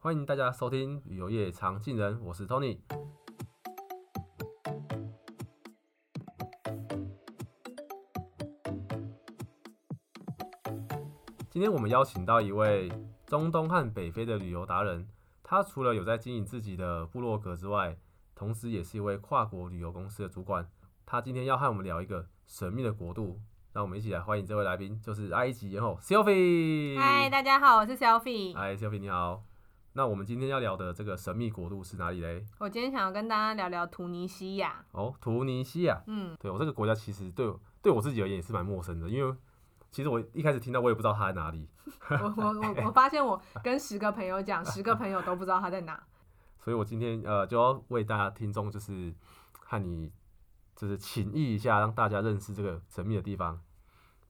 欢迎大家收听《旅游业常进人》，我是 Tony。今天我们邀请到一位中东和北非的旅游达人，他除了有在经营自己的部落格之外，同时也是一位跨国旅游公司的主管。他今天要和我们聊一个神秘的国度，让我们一起来欢迎这位来宾，就是埃及艳后 Sophie。嗨，大家好，我是 Selfie。嗨，Sophie 你好。那我们今天要聊的这个神秘国度是哪里嘞？我今天想要跟大家聊聊突尼西亚。哦，突尼西亚。 嗯，对我这个国家其实对我对我自己而言也是蛮陌生的，因为其实我一开始听到我也不知道它在哪里，我我我我发现我跟十个朋 友讲，十个朋友都不知道他在哪。所以我今天呃就要为大家听众就是和你就是请意一下，让大家认识这个神秘的地方。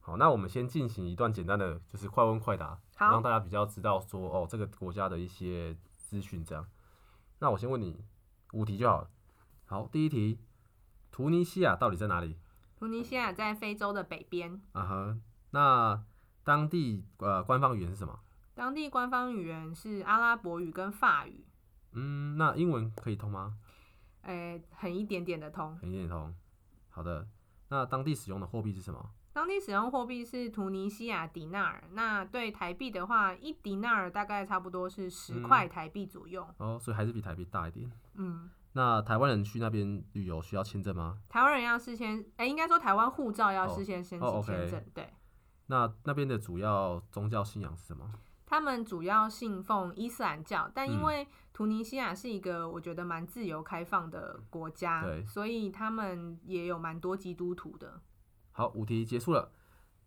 好，那我们先进行一段简单的就是快问快答，好让大家比较知道说哦这个国家的一些资讯这样。那我先问你五题就好了。好，第一题，突尼西亚到底在哪里？突尼西亚在非洲的北边，啊哈，那当地呃官方语言是什么？当地官方语言是阿拉伯语跟法语，嗯，那英文可以通吗？诶、很一点点的通。很一点通。好的，那当地使用的货币是什么？当地使用货币是突尼西亚迪纳尔，那对台币的话，一迪纳尔大概差不多是嗯十块台币左右。哦，所以还是比台币大一点。嗯，那台湾人去那边旅游需要签证吗？台湾人要事先，诶、应该说台湾护照要哦事先申哦请，OK 签证，对。那那边的主要宗教信仰是什么？他们主要信奉伊斯兰教，但嗯因为突尼西亚是一个我觉得蛮自由开放的国家对，所以他们也有蛮多基督徒的。好，五题结束了。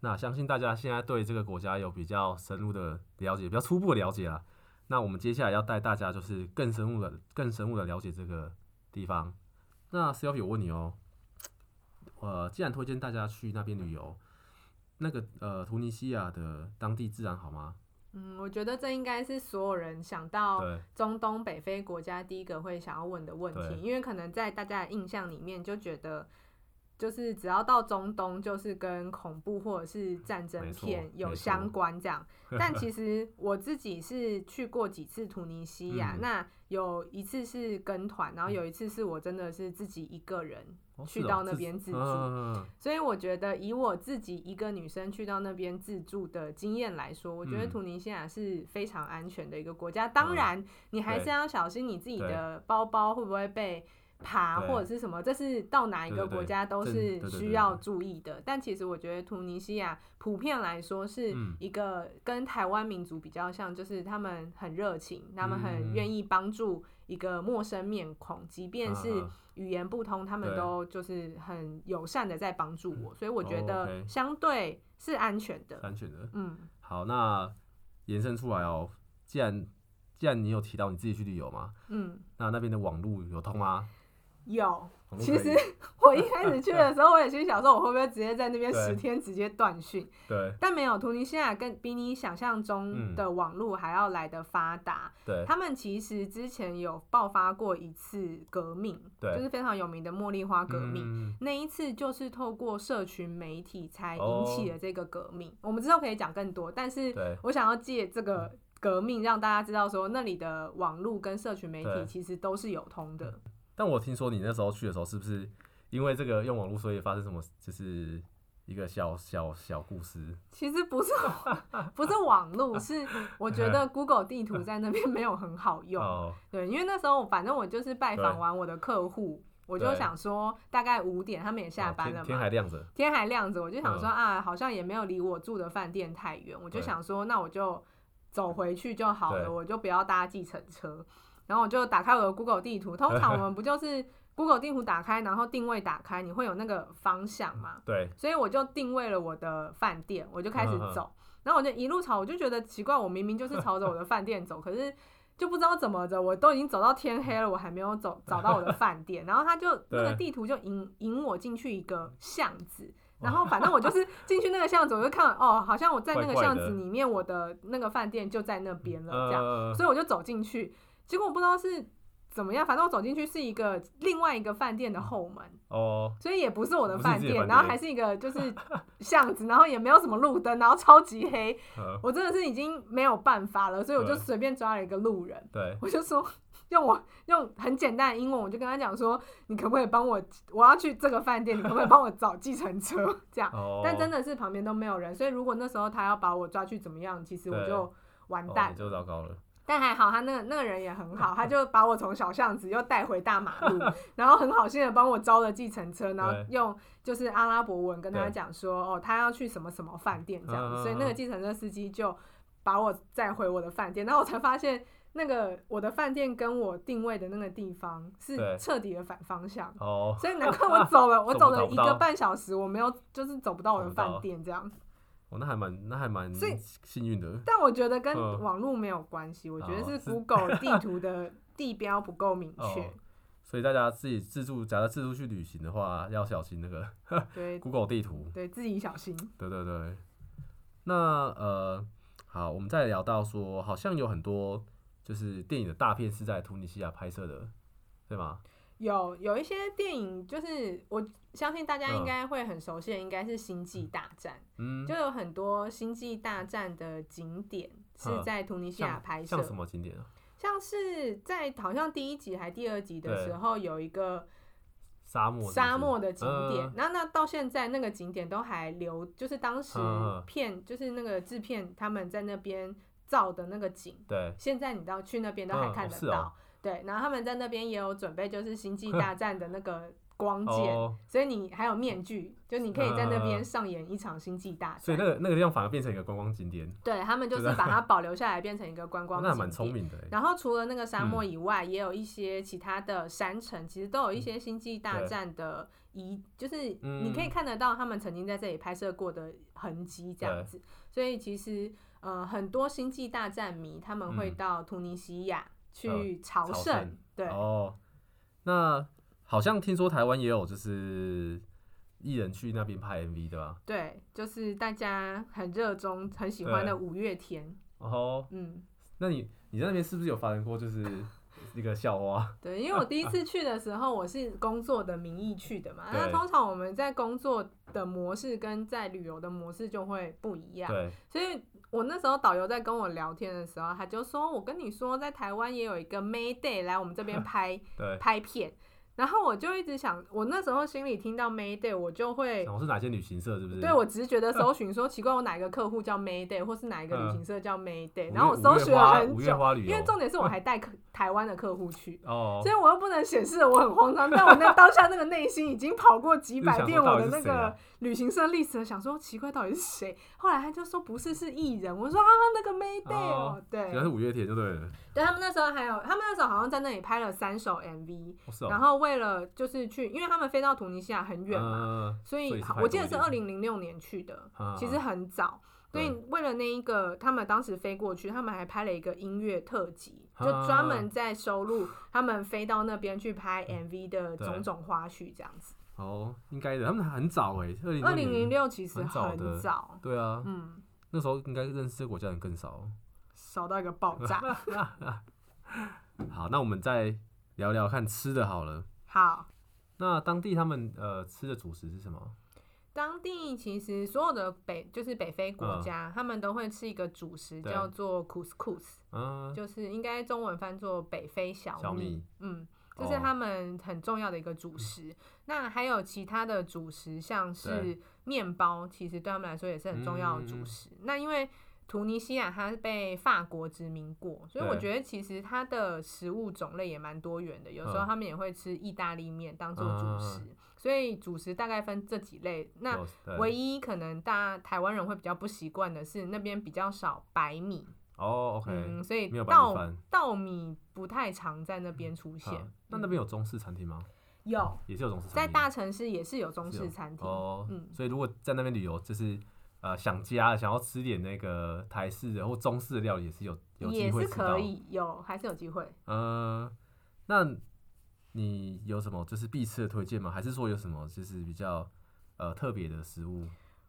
那相信大家现在对这个国家有比较深入的了解，比较初步的了解啦。那我们接下来要带大家就是更深入的、更深入的了解这个地方。那 Selfie，我问你哦，呃，既然推荐大家去那边旅游，那个呃，突尼西亚的当地治安好吗？嗯，我觉得这应该是所有人想到对，中东北非国家第一个会想要问的问对题，因为可能在大家的印象里面就觉得。就是只要到中东，就是跟恐怖或者是战没争错片有没相错关这 样。但其实我自己是去过几次突尼西亚，嗯那有一次是跟团，然后有一次是我真的是自己一个人，哦去是哦到那自边嗯自助嗯嗯嗯所以我觉得以我自己一个女生去到那边自助的经验来说，我觉得嗯突尼西亚是非常安全的一个国家。当然，你还是对要小心你自己的包包会不会被扒对或者是什么，这是到哪一对个对对国家都正对是对对需要注意的。但其实我觉得突尼西亚普遍来说是嗯一个跟台湾民族比较像，就是他们很热情，他们嗯很愿意帮助一个陌生面孔，即便是。嗯嗯语言不通，他们对都就是很友善的在帮助我，所以我觉哦得，OK 相对是安全嗯的。安全的。嗯，好，那延伸出来哦，既然既然你有提到你自己去旅游嘛，嗯，那那边的网络有通吗？有。网络其可以实 我一开始去的时候，我也心想说，我会不会直接在那边 对十天直接断讯？对但没有，突尼西亚跟比你想象嗯中的网络还要来的发达。对他们其实之前有爆发过一次革命，对就是非常有名的茉莉花革命。嗯那一次就是透过社群媒体才哦引起了这个革命。我们之后可以讲更多，但是对嗯我想要借这个革命让大家知道说，那里的网络跟社群媒对嗯体其实都是有通的。但我听说你那时候去的时候，是不是因为这个用网络，所以发生什么，就是一个小小小故事？其实不是 不是网络，是我觉得 Google 地图在那边没有很好用。嗯哦，对，因为那时候反正我就是拜访对完我的客户，我就对想说大概五点他们也下哦班天了嘛天，还亮着，天还亮着，我就想说、嗯啊，好像也没有离我住的饭店太远，我就对想说，那我就走回去就好对了，我就不要搭计程车。然后我就打开我的 Google 地图，通常我们不就是 Google 地图打开，然后定位打开，你会有那个方向嘛？对，所以我就定位了我的饭店，我就开始嗯嗯嗯走。然后我就一路朝，我就觉得奇怪，我明明就是朝着我的饭店走，可是就不知道怎么着，我都已经走到天黑了，我还没有走找到我的饭店。然后他就那个对地图就引引我进去一个巷子。然后反正我就是进去那个巷子，我就看哦，好像我在那个怪怪巷的子里面，我 的那个饭店就在那边了，这样。呃，所以我就走进去，结果我不知道是怎么样，反正我走进去是一个另外一个饭店的后门，哦，所以也不是我的不是饭自己的饭店，然后店还是一个就是巷子，然后也没有什么路灯，然后超级黑，呃，我真的是已经没有办法了，所以我就对随便抓了一个路人，对，我就说。用我用很简单的英文，我就跟他讲说，你可不可以帮我？我要去这个饭店，你可不可以帮我找计程车？这样，哦， 但真的的是旁边都没有人，所以如果那时候他要把我抓去怎么样，其实我对就完蛋哦、你就糟糕了，但还好，他那个那个人也很好，他 就把我从小巷子又带回大马路，然后很好心的帮我招了计程车，然后对用就是阿拉伯文跟他对讲说，哦，他要去什么什么饭店这样嗯嗯子，所以那个嗯计程车司机就把我载回我的饭店，然后我才发现。那个我的饭店跟我定位的那个地方是对彻底的反 方向，哦，所以难怪我走了，我走走不了到一不个到半小时，我没有就是走不到我的走不到饭店这样。哦，那还蛮那还蛮所以幸运的，但我觉得跟嗯网络没有关系，我觉得哦是是 Google 地图的地标不够明哦确。所以大家自己自助，假如自助去旅行的话，要小心那个 对 Google 地图，对，自己小心。对对对。那呃，好，我们再聊到说，好像有很多就是电影的大片是在突尼西亚拍摄的，对吗？有有一些电影，就是我相信大家嗯应该会很熟悉的，应该是《星际大战》嗯，就有很多《星际大战》的景点是嗯在突尼西亚像拍摄像，什么景点啊？像是在好像第一集还第二集的对时候有一个沙漠是不是，沙漠的景点嗯，那、那到现在那个景点都还留，就是当时嗯嗯片，就是那个制片他们在那边造的那个景，对，现在你到去那边都还嗯看哦得是到。哦对，然后他们在那边也有准备，就是《星际大战》的那个光剑，哦，所以你还有面具，就你可以在那嗯嗯边嗯上演一场《星际大所战》以那个那个地方反而变成一个观光景点，对他们就是把它保留下来，变成一个观哦光那还景蛮点聪。明的欸。然后除了那个沙漠嗯以外，也有一些其他的山城，其实都有一些星际大战的遗，就是你可以嗯看得到他们曾经在这里拍摄过的痕迹这样对子。所以其实呃，很多星际大战迷他们会嗯到突尼西亚去嗯朝朝圣，圣对，哦，那好像听说台湾也有就是艺人去那边拍 MV 对吧？对，就是大家很热衷、很喜欢的五月天，哦，嗯，那你你在那边是不是有发生过就是一个校花？ 对，因为我第一次去的时候，我是工作的名义去的嘛，那对通常我们在工作的模式跟在旅游的模式就会不一样，对，所以我那时候导游在跟我聊天的时候，他就说：“我跟你说，在台湾也有一个 May Day 来我们 这边拍对，拍片。”然后我就一直想，我那时候心里听到 May Day，我就会想我是哪些旅行社是不是？对我直觉的搜寻说，奇怪，我哪一个客户叫 May Day，或是哪一个旅嗯行社叫 May 五 Day，月然后我搜寻了很五月久，花五月花旅游，因为重 点是我还带客台湾的客户去。哦所以我又不能显示我很慌张，但我那当下那个内心已经跑过几百遍我就想说到底的那是谁个啊旅行社历史了，想说奇怪到底是 谁。后来他就说不是是艺人，我说啊那个 Mayday 哦哦，对原来，是五月天就对了，对他们那时候还有，他们那时候好像在那里拍了三首 MV，哦是哦，然后为了就是去，因为他们飞到突尼西亚很远嘛，嗯所所以以是拍我记得同是一二天零零六年去的，嗯其实很早。所以对为了那一个，他们当时飞过去，他们还拍了一个音乐特辑，就啊专门在收录他们飞到那边去拍 MV 的嗯对种种花絮这样子。哦应该的，他们很早哎，二零二零零六，六其实蛮早很的早，对啊，嗯，那时候应该认识这个国家的人更少。少到一个爆炸。 好，那我们再聊聊看吃的好了。好，那当地他们呃吃的主食是什么？当地其实所有的北就是北非国嗯家，他们都会吃一个主食对叫做 couscous，嗯，就是应该中文翻作北非小米。小米嗯，这是哦嗯他们很重要的一个主食。那还有其他的主食，像是对面包，其实对他们来说也是很重要的嗯主食。那因为突尼西亚它是被法国殖民过，所以我对觉得其实它的食物种类也蛮多元的。有时候嗯他们也会吃意大利面当做主食，嗯所以主食大概分这几类。那有对唯一可能大家台湾人会比较不习惯的是，那边比较少白米，哦，OK，嗯，所以没有白米稻饭嗯稻米不太常在那边出现。好那那边有中式餐厅吗？有也是有中式餐厅，在大城市也是有中是式有餐厅，哦，嗯所以如果在那边旅游，就是呃想家想要吃点那个台式的或中式的料理，也是有有机也会是吃到可。以有，还是有机会。呃，那你有什么就是必吃的推荐吗？还是说有什么就是比较呃特别的食物？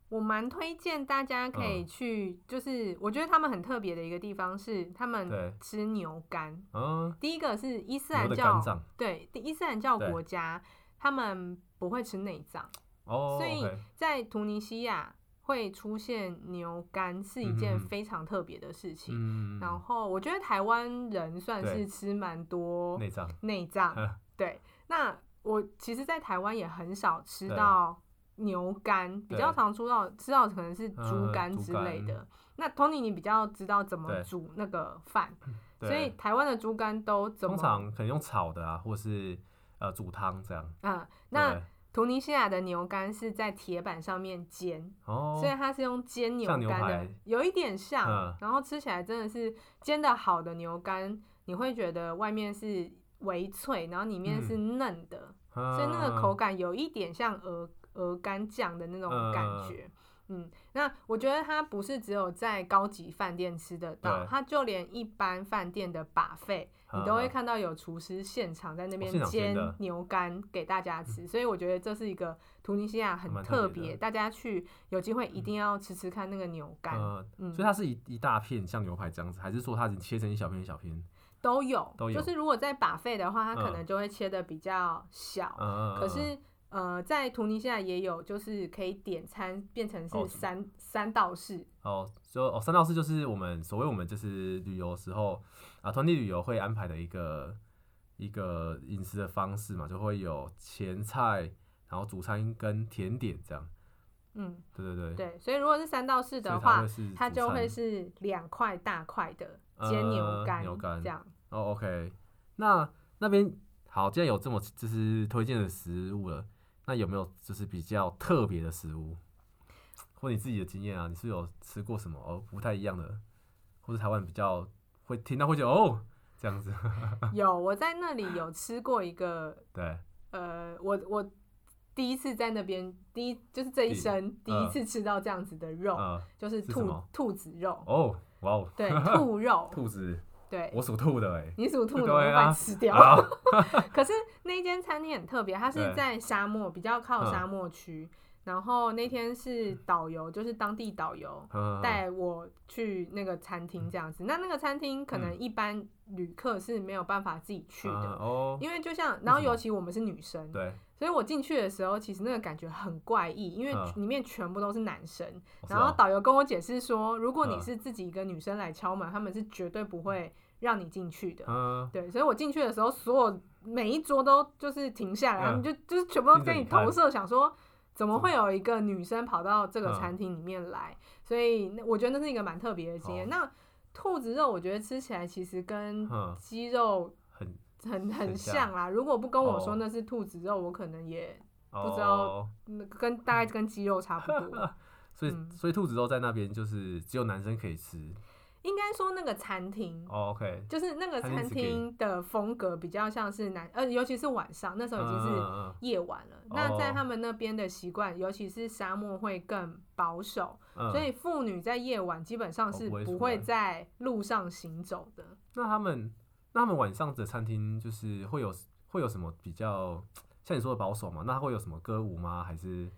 我蛮推荐大家可嗯以去，就是我觉得他们很特别的一个地方是他对们吃牛肝。嗯，第一个是伊斯牛兰的教肝，脏对，伊斯兰教对国家他们不会吃内脏，哦，所以 OK，在突尼西亚会出现牛肝是一嗯件哼哼非常特别的事情。嗯，然后我觉得台湾人算对是吃蛮多内脏，内脏， 对，那我其实，在台湾也很少吃到牛肝，比对较常吃到吃到可能是嗯猪肝猪之类肝的。那 Tony，你比较知道怎么对煮那个饭，所对以台湾的猪肝都怎通么？常可能用炒的啊，或是呃煮汤这样。嗯，那对图尼西亚的牛肝是在铁板上面煎，哦所以，它是用煎牛像牛肝的排，有一点像，嗯然后吃起来真的是煎的好的牛肝，你会觉得外面是微脆，然后里面是嫩的，所所以那嗯个口感有一点像鹅鹅肝酱的那种感觉。嗯那我觉得它不是只有在高级饭店吃得到对，它就连一般饭店的把费，你都会看到有厨师现场在那嗯哦边现场煎煎的嗯牛肝给大家吃，所以我觉得这是一个突尼西亚很蛮特特别的别，大家去有机会一定要吃吃看那个牛肝，呃，嗯所以它是一一大片像牛排这样子，还是说它已经切成一小片一小片？都有，都有就是如果在把费的话，它可嗯能就会切的比较小，嗯，可是呃，在图尼西亚也有，就是可以点餐变成哦是三、三道式，哦，就哦三到四就是我们所谓我们就是旅游时候啊团体旅游会安排的一个一个饮食的方式嘛，就会有前菜，然后主餐跟甜点这样。嗯，对对对，对，所以如果是三道式所的以它话会，是它主就餐会是两块大块的煎呃牛肝，牛肝 这样，哦，OK，那那边好，既然有这么就是推荐的食物了，那有没有就是比较特别的食物，或你自己的经验啊？你是不是有吃过什么哦不太一样的，或者台湾比较会听到会觉得哦这样子？ 有我在那里有吃过一个，对，呃，我我第一次在那边，第一就是这一第生第呃一次吃到这样子的肉，呃，就是是什兔么兔子肉，哦，哇哦， 对，兔肉，兔子，对，我属兔的哎、你属兔的，对我啊把它吃 掉。啊，可是那一间餐厅很特别，它对是在沙漠，比较靠嗯沙漠区。然后那天是导游，就是当地导游嗯带我去那个餐厅这样子。那那个餐厅可能一般旅客是没有办法自己去嗯啊的，哦，因为就像，然后为什么尤其我们是女生，对，所以我进去的时候，其实那个感觉很怪异，因为嗯里面全部都是男生。哦是然后哦导游跟我解释说，如果你嗯是自己一个女生来敲门，他们是绝对不会让你进去的。嗯，对，所以我进去的时候，所有每一桌都就是停下来，嗯他们就就是全部都跟你盯着你投看射，想说怎么会有一个女生跑到这个嗯餐厅里面来？所以那我觉得那是一个蛮特别的经验。哦那兔子肉我觉得吃起来其实跟嗯鸡肉很很很很像像啦。如果不跟我哦说那是兔子肉，我可能也不知道嗯跟大概跟鸡肉差不 多。哦所以、嗯所以兔子肉在那边就是只有男生可以吃。应该说那个餐厅哦、OK，就是那个餐厅餐是给厅的风格比较像是南，呃，尤其是晚上，那时候已经是嗯夜晚了。哦那在他们那边的习惯，尤其是沙漠会更保守，嗯所以以妇女在夜晚基本上哦是不会出不会来在路上行走的。那他们那他们晚上的餐厅就是会有会有什么比较像你说的保守嘛？那会有什么歌舞吗？还是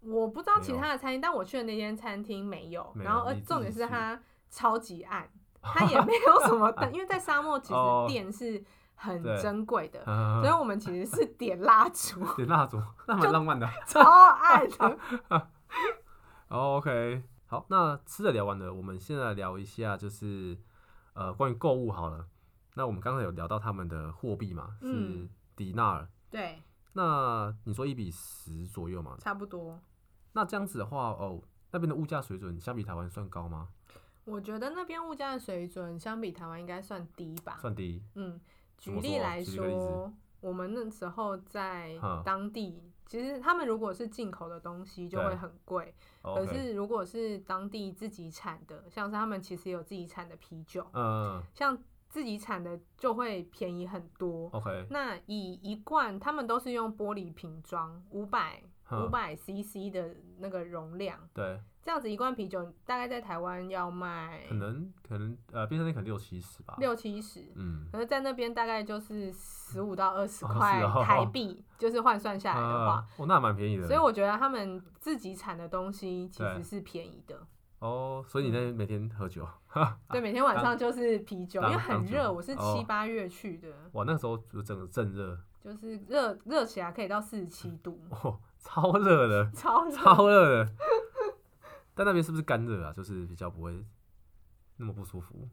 我不知道没其有他的餐厅，但我去的那间餐厅没有。没然后，有而你自重点己是去它超级暗， 它也没有什么灯，因为在沙漠其实哦电是很对珍贵的，嗯呃所以我们其实是点蜡烛， 点蜡烛？那蛮浪漫的。超暗的。 哦 OK，好，那吃的聊完了，我们现在聊一下就是呃关于购物好了。那我们刚才有聊到他们的货币嘛，是嗯迪纳尔。对，那你说一比十左右嘛？差不多。那这样子的话，哦，那边的物价水准相比台湾算高吗？我觉得那边物价的水准相比台湾应该算低吧。算低。嗯，举怎么例说来举个例子说，我们那时候在嗯当地，其实他们如果是进口的东西就对会很贵，可哦 OK，是如果是当地自己产的，像是他们其实有自己产的啤酒，嗯像自己产的就会便哦宜很多。 ，OK，那以一罐，他们都是用玻璃瓶装，五百五嗯，百 CC 的那个容量，对，这样子一罐啤酒大概在台湾要卖可能可能呃，便利商店可能六七十吧，六七十，嗯，可是，在那边大概就是十五到二十哦块是哦台币，就是换算下来的话啊，哦，那蛮便宜的，所以我觉得他们自己产的东西其对实是便宜的。哦，所以你嗯在每天喝酒，对，每天晚上就是啤酒，因啊当为很当热，酒我是哦七八月去的，哇，那时候就整个正热，就是热热起来可以到四十七度，哦，超热的， 超热。超热的。但那边是不是干热啊？就是比较不会那么不舒服，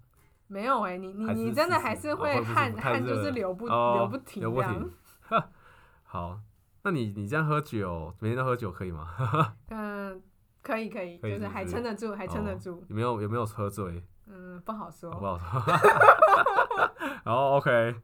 没有哎、你你还是你真的40还是哦会会不舒服汗太汗就热是了流不哦流不停流不这样停。 好，那你你这样喝酒，每天都喝酒可以吗？ 嗯，可以可以，可就以是是不还是撑得住，还撑得哦住。有没有有没有喝醉？嗯，不好好不说。好说？ 然后 OK，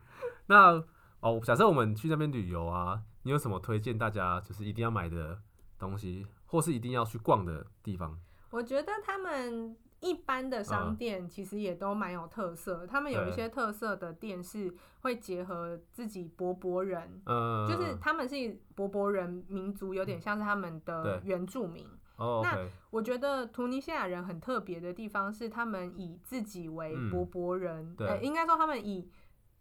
那哦，假设我们去那边旅游啊，你有什么推荐大家就是一定要买的东西，或是一定要去逛的地方？我觉得他们一般的商嗯店其实也都蛮有特色，他们有一对些特色的店是会结合自己博博人。呃，就是他们是博博人民族，有点像是他们的嗯对原住民。哦那 OK，我觉得图尼西亚人很特别的地方是，他们以自己为嗯博博人，对呃，应该说他们以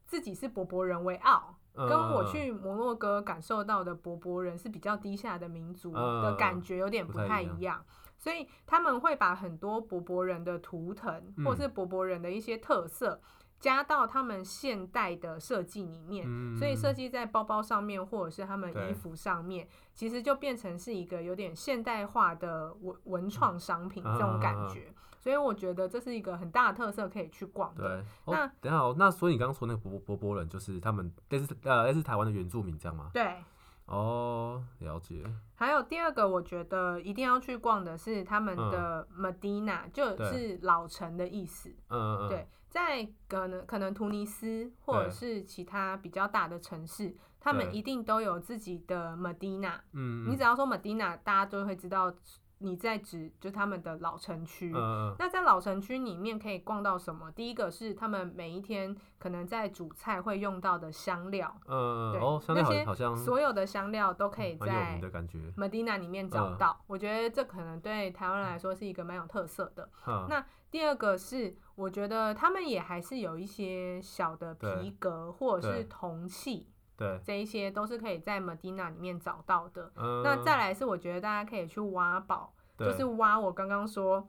自己是博博人为傲。跟跟我去摩洛哥感受到的博博人是比较低下的民族嗯的感觉有点不不太太一一样样，所以他们会把很多博博人的图腾嗯或是博博人的一些特色加到他们现代的设计里面。嗯所以设计在包包上面，或者是他们衣对服上面，其实就变成是一个有点现代化的文文创商品这种感嗯嗯嗯嗯觉。所以我觉得这是一个很大的特色，可以去逛对的。，哦那等一下、哦，那所以你刚刚说那个波波波人，就是他们类似呃类似台湾的原住民这样吗？对，哦，了解，还有第二个，我觉得一定要去逛的是他们嗯的 Medina，、就是对老城的意思。嗯嗯，对，在可能可能突尼斯或者对是其他比较大的城市，他们对一定都有自己的 Medina。嗯，嗯，你只要说 Medina，大家都会知道你在指就是他们的老城区。嗯嗯那在老城区里面可以逛到什么？第一个是他们每一天可能在煮菜会用到的香料，嗯嗯，对哦，相对好那些好像嗯所有的香料都可以蛮有在名的感觉， Medina 里面找嗯到，我觉得这可能对台湾来说是一个蛮有特色的。哈，那第二个是，我觉得他们也还是有一些小的对皮革或者是对铜器，对，这一些都是可以在 Medina 里面找到的。嗯，那再来是，我觉得大家可以去挖宝，就对是挖我刚刚说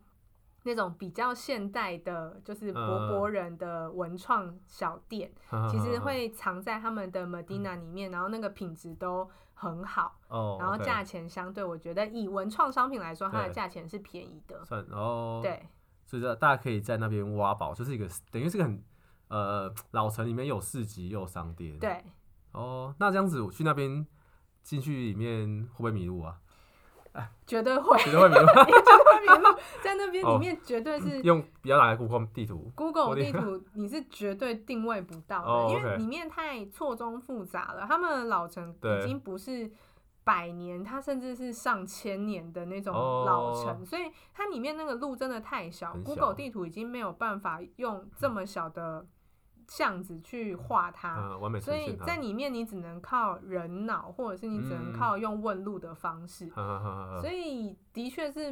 那种比较现代的，就是博嗯博人的文创小店，其实会藏在他们的 Medina 里面，然后那个品质都很好。 哦，然后 OK，价钱相对，我觉得以文创商品来说，它的对价钱是便宜的。算哦，，对所以大大家可以在那边挖宝，就是一个等于是个很呃老城里面有市集又有商店，，对，哦，那这样子我去那边进去里面会不会迷路啊？绝对会， 绝对会迷路，绝对会迷路，在那边里哦面绝对 是用不要打开 Google 地图， Google 我地的图，你是绝对定位不到哦的，因为 OK 里面太错综复杂了。他们的老城已对经不是。百年，它甚至是上千年的那种哦老城所以它里面那个路真的太小很 g o o g l 小 e 地图已经没有办法用这么小的巷子去画它。嗯，完美呈啊所以现它，在里面，你只能靠人脑，或者是你只嗯能靠用问路的方式，哈哈哈哈哈所以的确是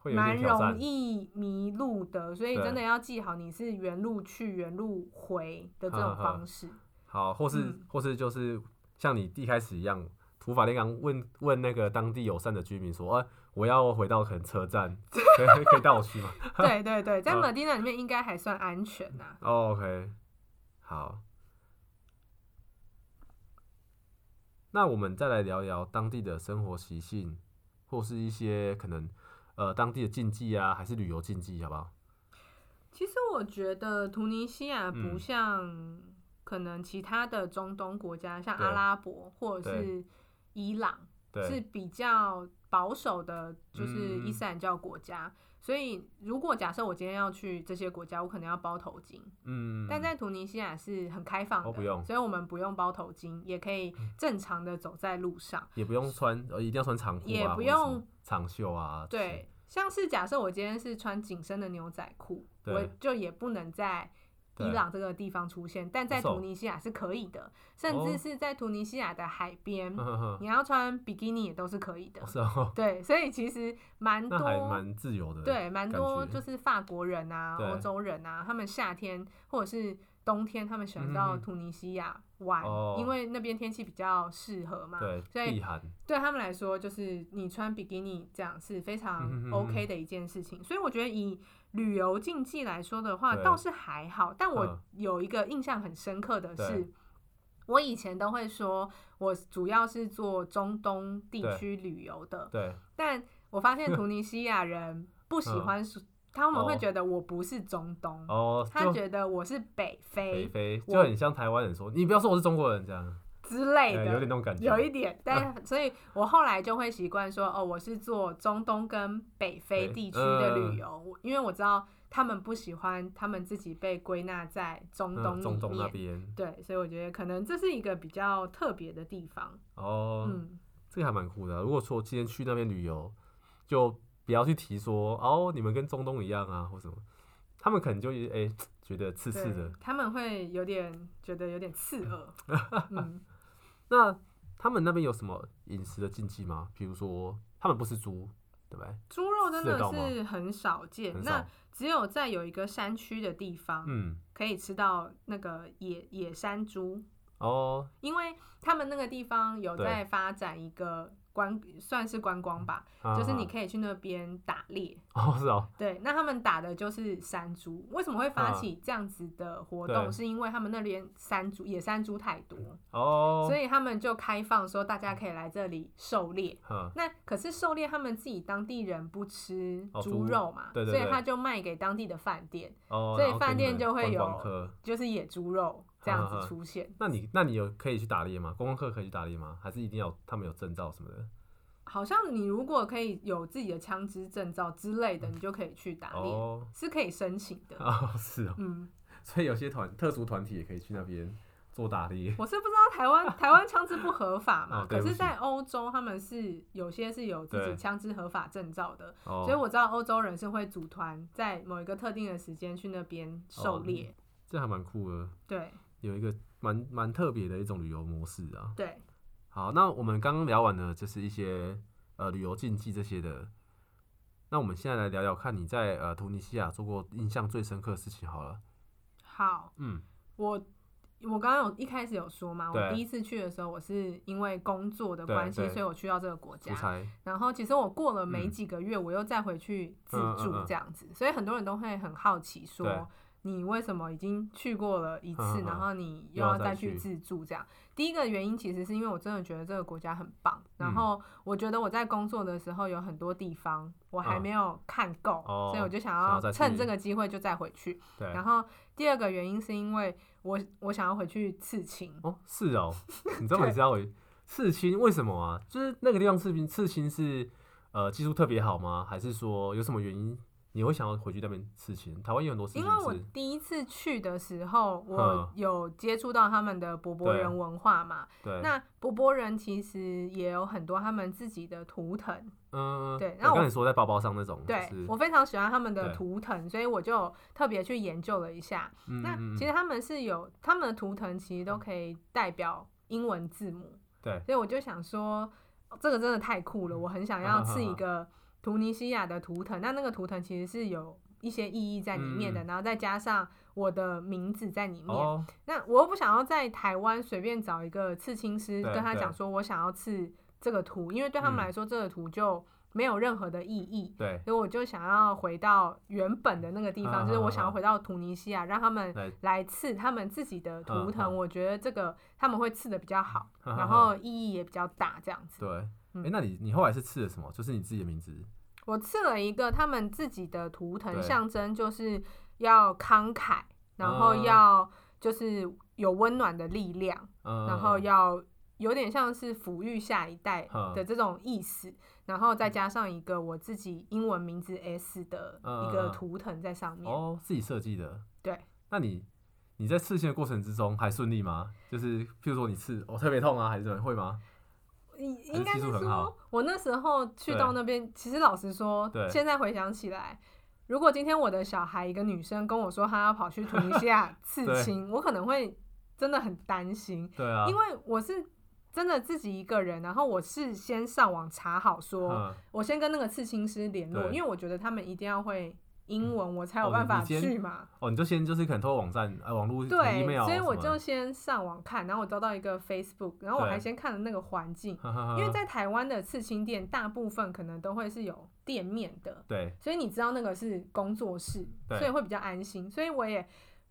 会有一蛮点挑容战。易迷路的。所以对真的要记好你是原路去、原路回的这哈种哈方式。好，或是、嗯或是就是像你一开始一样，土法炼钢，问问那个当地友善的居民说，啊，我要回到可能车站， 可以可以带我去吗？对对对，在啊 Medina 里面应该还算安全呐、哦、o k 好。那我们再来聊聊当地的生活习性，或是一些可能呃当地的禁忌啊，还是旅游禁忌，好不好？其实我觉得突尼西亚不嗯像可能其他的中东国家，像对阿拉伯或者对是伊朗。是对，比较保守的，就是伊嗯斯兰教国家。所以，如果假设我今天要去这些国家，我可能要包头巾。嗯，但在图尼西亚是很开放的，哦不用嗯所以我们不用包头巾，也可以正常的走在路上。也不用穿，呃，一定要穿长裤啊，也不或者什么用长袖啊，对，像是假设我今天是穿紧身的牛仔裤，对我就也不能在对伊朗这个地方出现，但在不错突尼西亚是可以的，甚哦至是在突尼西亚的海边，嗯哼哼你要穿比基尼也都是可以 的。是哦，对，所以其实蛮那还多。蛮自由的，，对，蛮感多觉就是法国人啊、对欧洲人啊，他们夏天或者是冬天，他们喜欢嗯嗯到嗯突尼西亚玩，哦因为那边天气比较适合嘛。对，啊所以避寒，对他们来说，就是你穿比基尼这样是嗯非哼嗯常哼 OK 的一件事情。所以我觉得以旅游禁忌来说的话，对倒是还好。但我嗯有一个印象很深刻的是对。我以前都会说，我主要是做中东地对区旅游的，对，但我发现突尼西亚人不喜欢说，他们嗯会哦觉得我不是中东，哦，他就觉得我是北北非非我就很像台湾人说，你不要说我是中国人这样，之类对的，哎有点那啊种感觉，有一点，但所以我后来就会习惯说，哦，我是做中东跟北非对地区的嗯旅游，我因为我知道他们不喜欢他们自己被归纳在中嗯东里中东那面。边，对，所以我觉得可能这是一个比较特别的地方。哦，嗯，这个还蛮酷的啊、如果说今天去那边旅游，就不要去提说哦，你们跟中东一样啊，或什么，他们可能就哎、诶觉得刺对刺的。他们会有点觉得有点 刺耳。嗯，那他们那边有什么饮食的禁忌吗？比如说他们不吃猪，对不对？猪肉真吃得的到吗是很少见，很那少。只有在有一个山区的地方、嗯，可以吃到那个野野山猪。哦，因为他们那个地方有对在发展一个观，算是观光吧，啊就是你可以去那边打猎。哦是哦，对，那他们打的就是山猪。为什么会发啊起这样子的活动？嗯对是因为他们那边山猪、野山猪太多，哦，所以以他们就开放说大家可以来这里狩猎。嗯，那可是狩猎，他们自己当地人不吃哦猪猪肉嘛，对对所以对他就卖给当地的饭店，哦，所以然后给饭你店们就会观有光客就是野猪肉这样啊子啊出现。那你那你有可以去打猎吗？观光客可以去打猎吗？还是一定要他们有证照什么的？好像你如果可以有自己的枪支证照之类的，你就可以去打猎，嗯哦， 是可以申请的。哦是哦，嗯，所以有些团特殊团体也可以去那边做打猎。我是不知道台湾台湾枪支不合法嘛，哦对可不起是，在欧洲他们是有些是有自己对枪支合法证照的，哦， 所以我知道欧洲人是会组团在某一个特定的时间去那边狩哦猎。这还蛮酷的，对有一个蛮蛮特别的一种旅游模式啊。对，好，那我们刚刚聊完了，就是一些呃旅游禁忌这些的。那我们现在来聊聊看你在呃突尼西亚做过印象最深刻的事情好了。好，嗯，我。我刚刚有一开始有说嘛，我对第一次去的时候，我是因为工作的关系，对对所以我去到这个国家出。差，然后其实我过了没嗯几个月，我又再回去自嗯嗯助嗯这样子，所以很多人都会很好奇对说，你为什么已经去过了一次，嗯嗯嗯然后你又又要要再再去去自助这样？第一个原因其实是因为我真的觉得这个国家很棒，然嗯后我觉得我在工作的时候有很多地方我还嗯没有看够，哦所以我就想想要要再趁去这个机会就再回去。对，然后第二个原因是因为我我想要回去刺青，哦，是哦， 你专门是要回刺青，为什么啊？就是那个地方刺青，刺青是呃技术特别好吗？还是说有什么原因你会想要回去那边刺青？台湾有很多刺青因是，为我第一次去的时候，我嗯有接触到他们的柏柏对啊人文化嘛。对，那柏柏人其实也有很多他们自己的图腾，嗯，对我那我刚才说在包包上那种，对就是我非常喜欢他们的对图腾，所以我就有特别去研究了一下。嗯那嗯嗯其实他们是有他们的图腾，其实都可以代表英文字母，对，嗯所以我就想说，哦这个真的太酷了，我很想要刺一个图尼西亚的图腾。那那个图腾其实是有一些意义在里面的，嗯然后再加上我的名字在里面。哦，那我又不想要在台湾随便找一个刺青师，对跟他对讲说我想要刺这个图，因为对他们嗯来说这个图就没有任何的意义。对，所以我就想要回到原本的那个地方，啊就是我想要啊啊回到突尼西亚，让他们来来刺他们自己的图腾。啊啊我觉得这个他们会刺的比较好，啊啊然后意义也比较大，这样子。对，哎、嗯那你你后来是刺了什么？就是你自己的名字我刺了一个他们自己的图腾，对象征就是要慷慨，然后啊要就是有温暖的力量，嗯，然后要有点像是抚育下一代嗯的这种意思，然后再加上一个我自己英文名字 S 的一个嗯嗯嗯图腾在上面。哦，自己设计的，对。那你你在刺青的过程之中还顺利吗？就是譬如说你刺哦特别痛啊，还是怎么样会吗？应还应是该技是术很说好，我那时候去到对那边，其实老实说，对现在回想起来，如果今天我的小孩一个女生跟我说她要跑去突尼西 亚刺对青，我可能会真的很担心，对啊，因为我是真的自己一个人，然后我是先上网查好说，嗯我先跟那个刺青师联络，对因为我觉得他们一定要会英文，我才哦有办你法你先去嘛。哦，你就先就是可能透过网站呃网络对， email，所以我什么就的先上网看，然后我找到一个 Facebook，然后我对还先看了那个环境，哈哈哈因为在台湾的刺青店大部分可能都会是有店面的，对所以你知道那个是工作室，对所以会比较安心。所以我也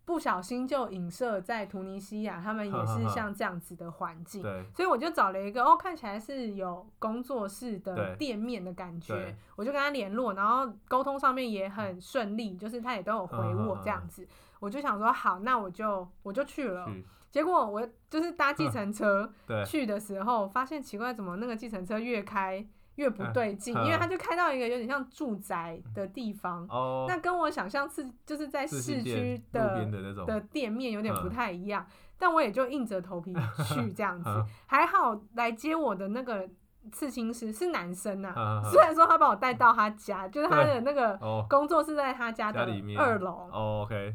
不小心就影射在突尼西亚，他 们也是像这样子的环境。对所以我就找了一个哦，看起来是有工作室的对店面的感觉对，嗯我就跟他联络，然后沟通上面也很顺利，就是他也都有回我嗯嗯嗯这样子。我就想说好，那我就我就去了。去嗯结果我就是搭计程车对去的时候，发现奇怪，怎么那个计程车越开越不对劲？嗯因为它就开到一个有点像住宅的地方，哦，那跟我想象是就是在自市信区店哦路边的那种的店面有点不嗯太一样，但我也就硬着头皮去这样子嗯。还好来接我的那个刺青师是男生呐、嗯嗯嗯虽然说他把我带到他家，就是他的那个哦工作是在他家家的里面二楼，哦 OK，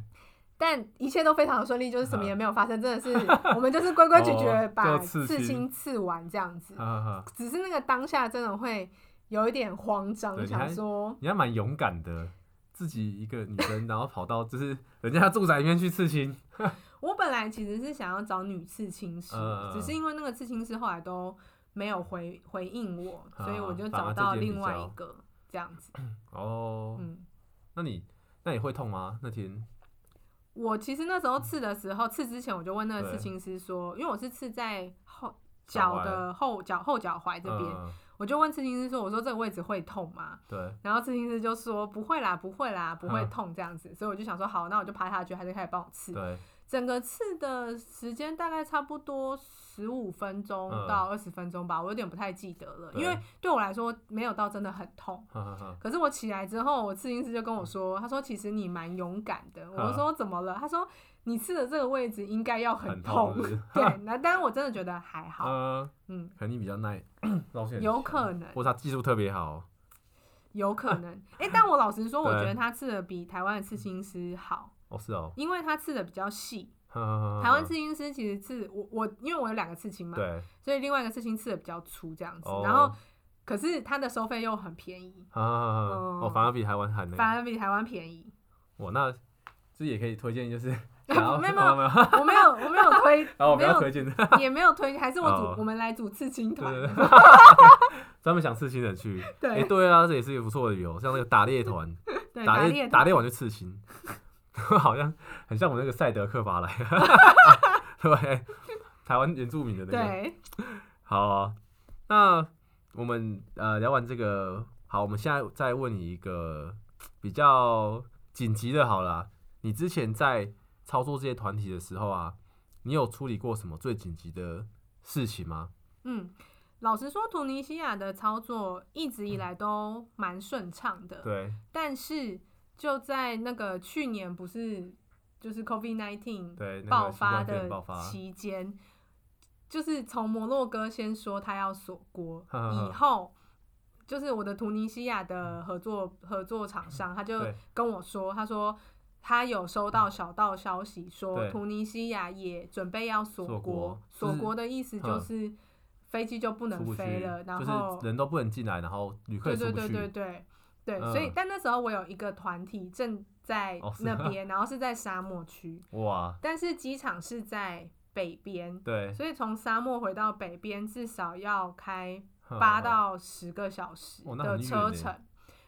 但一切都非常顺利，就是什么也嗯没有发生，真的是我们就是规规矩矩地哦把就刺刺青嗯青刺完这样子哈。哈哈，只是那个当下真的会有一点慌张，对你想还说你还蛮勇敢的，自己一个女生，然后跑到就是人家住宅里面去刺青，我本来其实是想要找女刺青师，嗯嗯嗯只是因为那个刺青师后来都没有回回应我，啊所以我就反找而到这间比另外较一个这样子。哦，嗯，那你那你会痛吗？那天我其实那时候刺的时候，刺之前我就问那个对刺青师说，因为我是刺在后脚脚踝的后脚后脚踝这边，嗯我就问刺青师说，我说这个位置会痛吗？对，然后刺青师就说不会啦，不会啦，不会嗯痛这样子，所以我就想说好，那我就拍下去，他就开始帮我刺。对，整个刺的时间大概差不多十五分钟嗯到二十分钟吧，我有点不太记得了，对因为对我来说没有到真的很痛。哈哈哈，可是我起来之后，我刺青师就跟我说，他说其实你蛮勇敢的。我就嗯说怎么了？他说你刺的这个位置应该要很痛。 是不是对，那当然我真的觉得还好，嗯，嗯，可能你比较耐， 老师有可能，或是他技术特别好，有可能。诶，但我老实说，我对觉得他刺的比台湾的刺青师好，哦是哦，因为他刺的比较细。哈哈哈哈台湾刺青师其实刺我我，因为我有两个刺青嘛，嗯对，所以另外一个刺青刺的比较粗这样子，哦然后可是它的收费又很便宜，哈哈哈，嗯哦反而比台湾还那反个，而比台湾便宜。我那这也可以推荐，就是 没想要有 没有哦没有，然我没有我没有推， 后我没们要有推荐的，也没有推，还是我组、哦我们来组刺青对团，对 对，专门想刺青的去，对、哎对啊，这也是一个不错的理由，像那个打猎团。 对打猎猎团打猎完就刺青， 好像很像我那个赛德克巴莱， 对，台湾原住民的那个。对好啊、那我们呃聊完这个，好，我们现在再问你一个比较紧急的，好啦，你之前在操作这些团体的时候啊，你有处理过什么最紧急的事情吗？嗯。老实说，突尼西亚的操作一直以来都蛮顺畅的，对，但是就在那个去年不是就是 COVID nineteen 对那个爆发新冠肺的炎爆发期间，就是从摩洛哥先说他要锁国，呵呵呵以后就是我的突尼西亚的合作合作厂商，他就对跟我说，他说。他有收到小道消息说，对突尼西亚也准备要锁锁国国。锁就是国的意思就嗯是飞机就不出能不去飞了，然后就是人都不能进来，然后旅客对也出对不对去。对对对，所以嗯但那时候我有一个团体正在哦是那吗边，然后是在沙 漠区，哇，但是机场是在北边，对，所以从沙漠回到北边至少要开哼八到十个小时哦哦那的很车远欸程，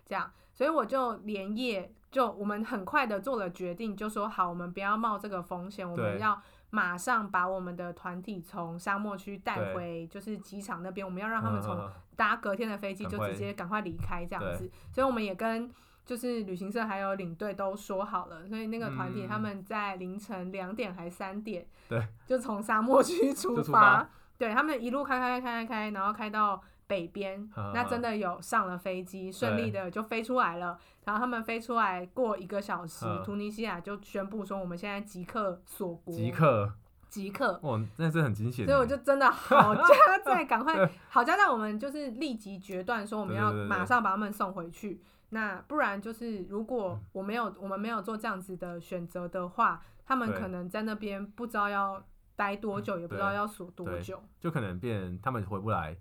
这样，所以我就连夜就我们很快的做了决定，就说好，我们不要冒这个风险，我们对要马上把我们的团体从沙漠区带对回就是机场那边，我们要让他们嗯从嗯嗯搭隔天的飞机赶就快直接赶快离开这样对子，所以我们也跟。就是旅行社还有领队都说好了，所以那个团体嗯他们在凌晨两点还三点，对，就从沙漠区 出就出发对他们一路开开开开开，然后开到北边，啊那真的有上了飞机，顺利的就飞出来了。然后他们飞出来过一个小时，嗯突尼西亚就宣布说我们现在即刻锁国，即刻，即刻哇，那是很惊险欸所的。以我就真的好加 在赶快好加在我们就是立即决断说我们对对要对对马上把他们送回去。那不然就是如果我没有我们没有做这样子的选择的话，他们对嗯可能在那边不知道要待多久，也不知道对要数多对久。就可能变他们回不来，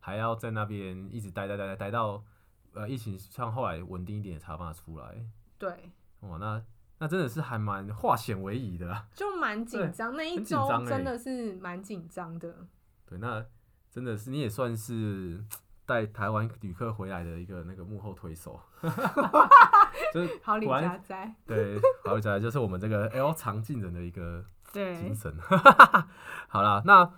还要在那边一直待待待待待到呃疫情像后来稳定一点也才有办法出来。对，哇，那那真的是还蛮化险为夷的啊。就蛮紧对张，那一很紧周张欸真的是蛮紧张的。对，那真的是你也算是带台湾旅客回来的一个那个幕后推手， 就是好，李果然家哉，对，好，再来就是我们这个 L 常进人的一个精对，神。 好啦，那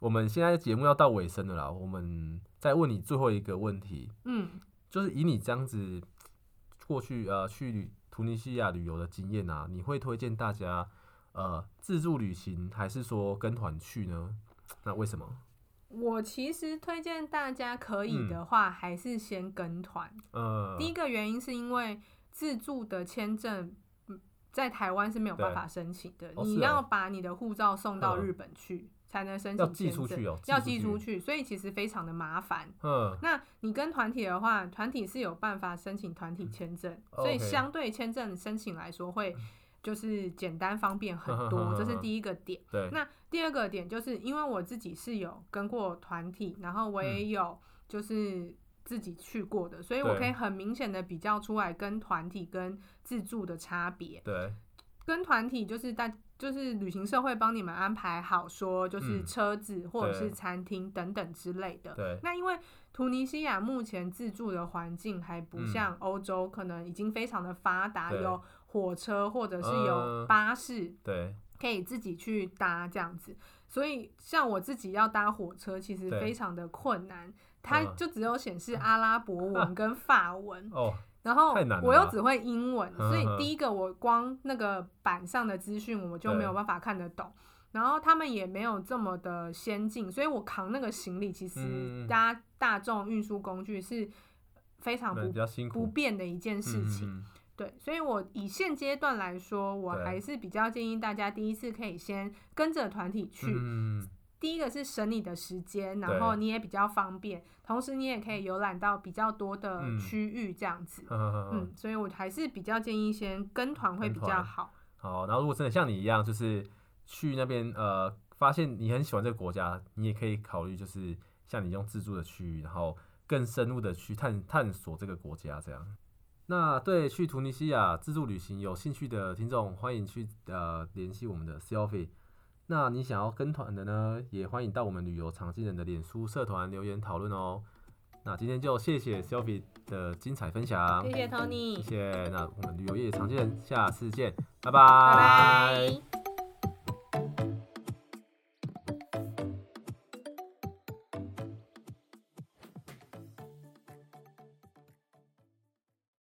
我们现在节目要到尾声了啦，我们再问你最后一个问题，嗯就是以你这样子过去呃去旅突尼西亚旅游的经验啊，你会推荐大家呃自助旅行还是说跟团去呢？那为什么？我其实推荐大家可以嗯的话，还是先跟团。呃，第一个原因是因为自助的签证嗯在台湾是没有办对法申请的，哦你是哦要把你的护照送到嗯日本去、才能申要请寄签出证，去哦，要寄出去，去，所以其实非常的麻烦。嗯，那你跟团体的话，团体是有办法申请团体签证，哦所以 OK 嗯相对签证申请来说会就是简单方便很多， 这是第一个点。对，那第二个点就是因为我自己是有跟过团体，然后我嗯也有就是自己去过的，所以我对可以很明显的比较出来跟团体跟自助的差别。对，跟团体就是大就是旅行社会帮你们安排好，说就是嗯车子或者对是餐厅等等之类的。对，那因为突尼西亚目前自助的环境还不嗯像欧洲，可能已经非常的发达，对有火车或者是有嗯巴士，对，可以自己去搭这样子。所以像我自己要搭火车，其实对非常的困难，它嗯就只有显示阿拉伯文 跟法文，哦，然后太难了我又吧只会英文，嗯所以嗯第一个我光那个板上的资讯我就对没有办法看得懂。然后他们也没有这么的先进，所以我扛那个行李，其实嗯搭大众运输工具是非常那不比较辛不苦便的一件事情。嗯嗯嗯对，所以我以现阶段来说，我对还是比较建议大家第一次可以先跟着团体去。嗯，嗯第一个是省你的时间，然后对你也比较方便，同时你也可以游览到比较多的嗯区域这样子。嗯嗯嗯，所以我还是比较建议先跟团会跟比较团好。好，然后如果真的像你一样，就是去那边呃，发现你很喜欢这个国家，你也可以考虑就是像你用自助的去，然后更深入的去探探索这个国家这样。那对去突尼西亚自助旅行有兴趣的听众，欢迎去呃联系我们的 Selfie。那你想要跟团的呢，也欢迎到我们旅游常青人的脸书社团留言讨论哦。那今天就谢谢 Selfie 的精彩分享，谢谢 Tony，谢谢。那我们旅游业常见，下次见，拜拜。拜拜。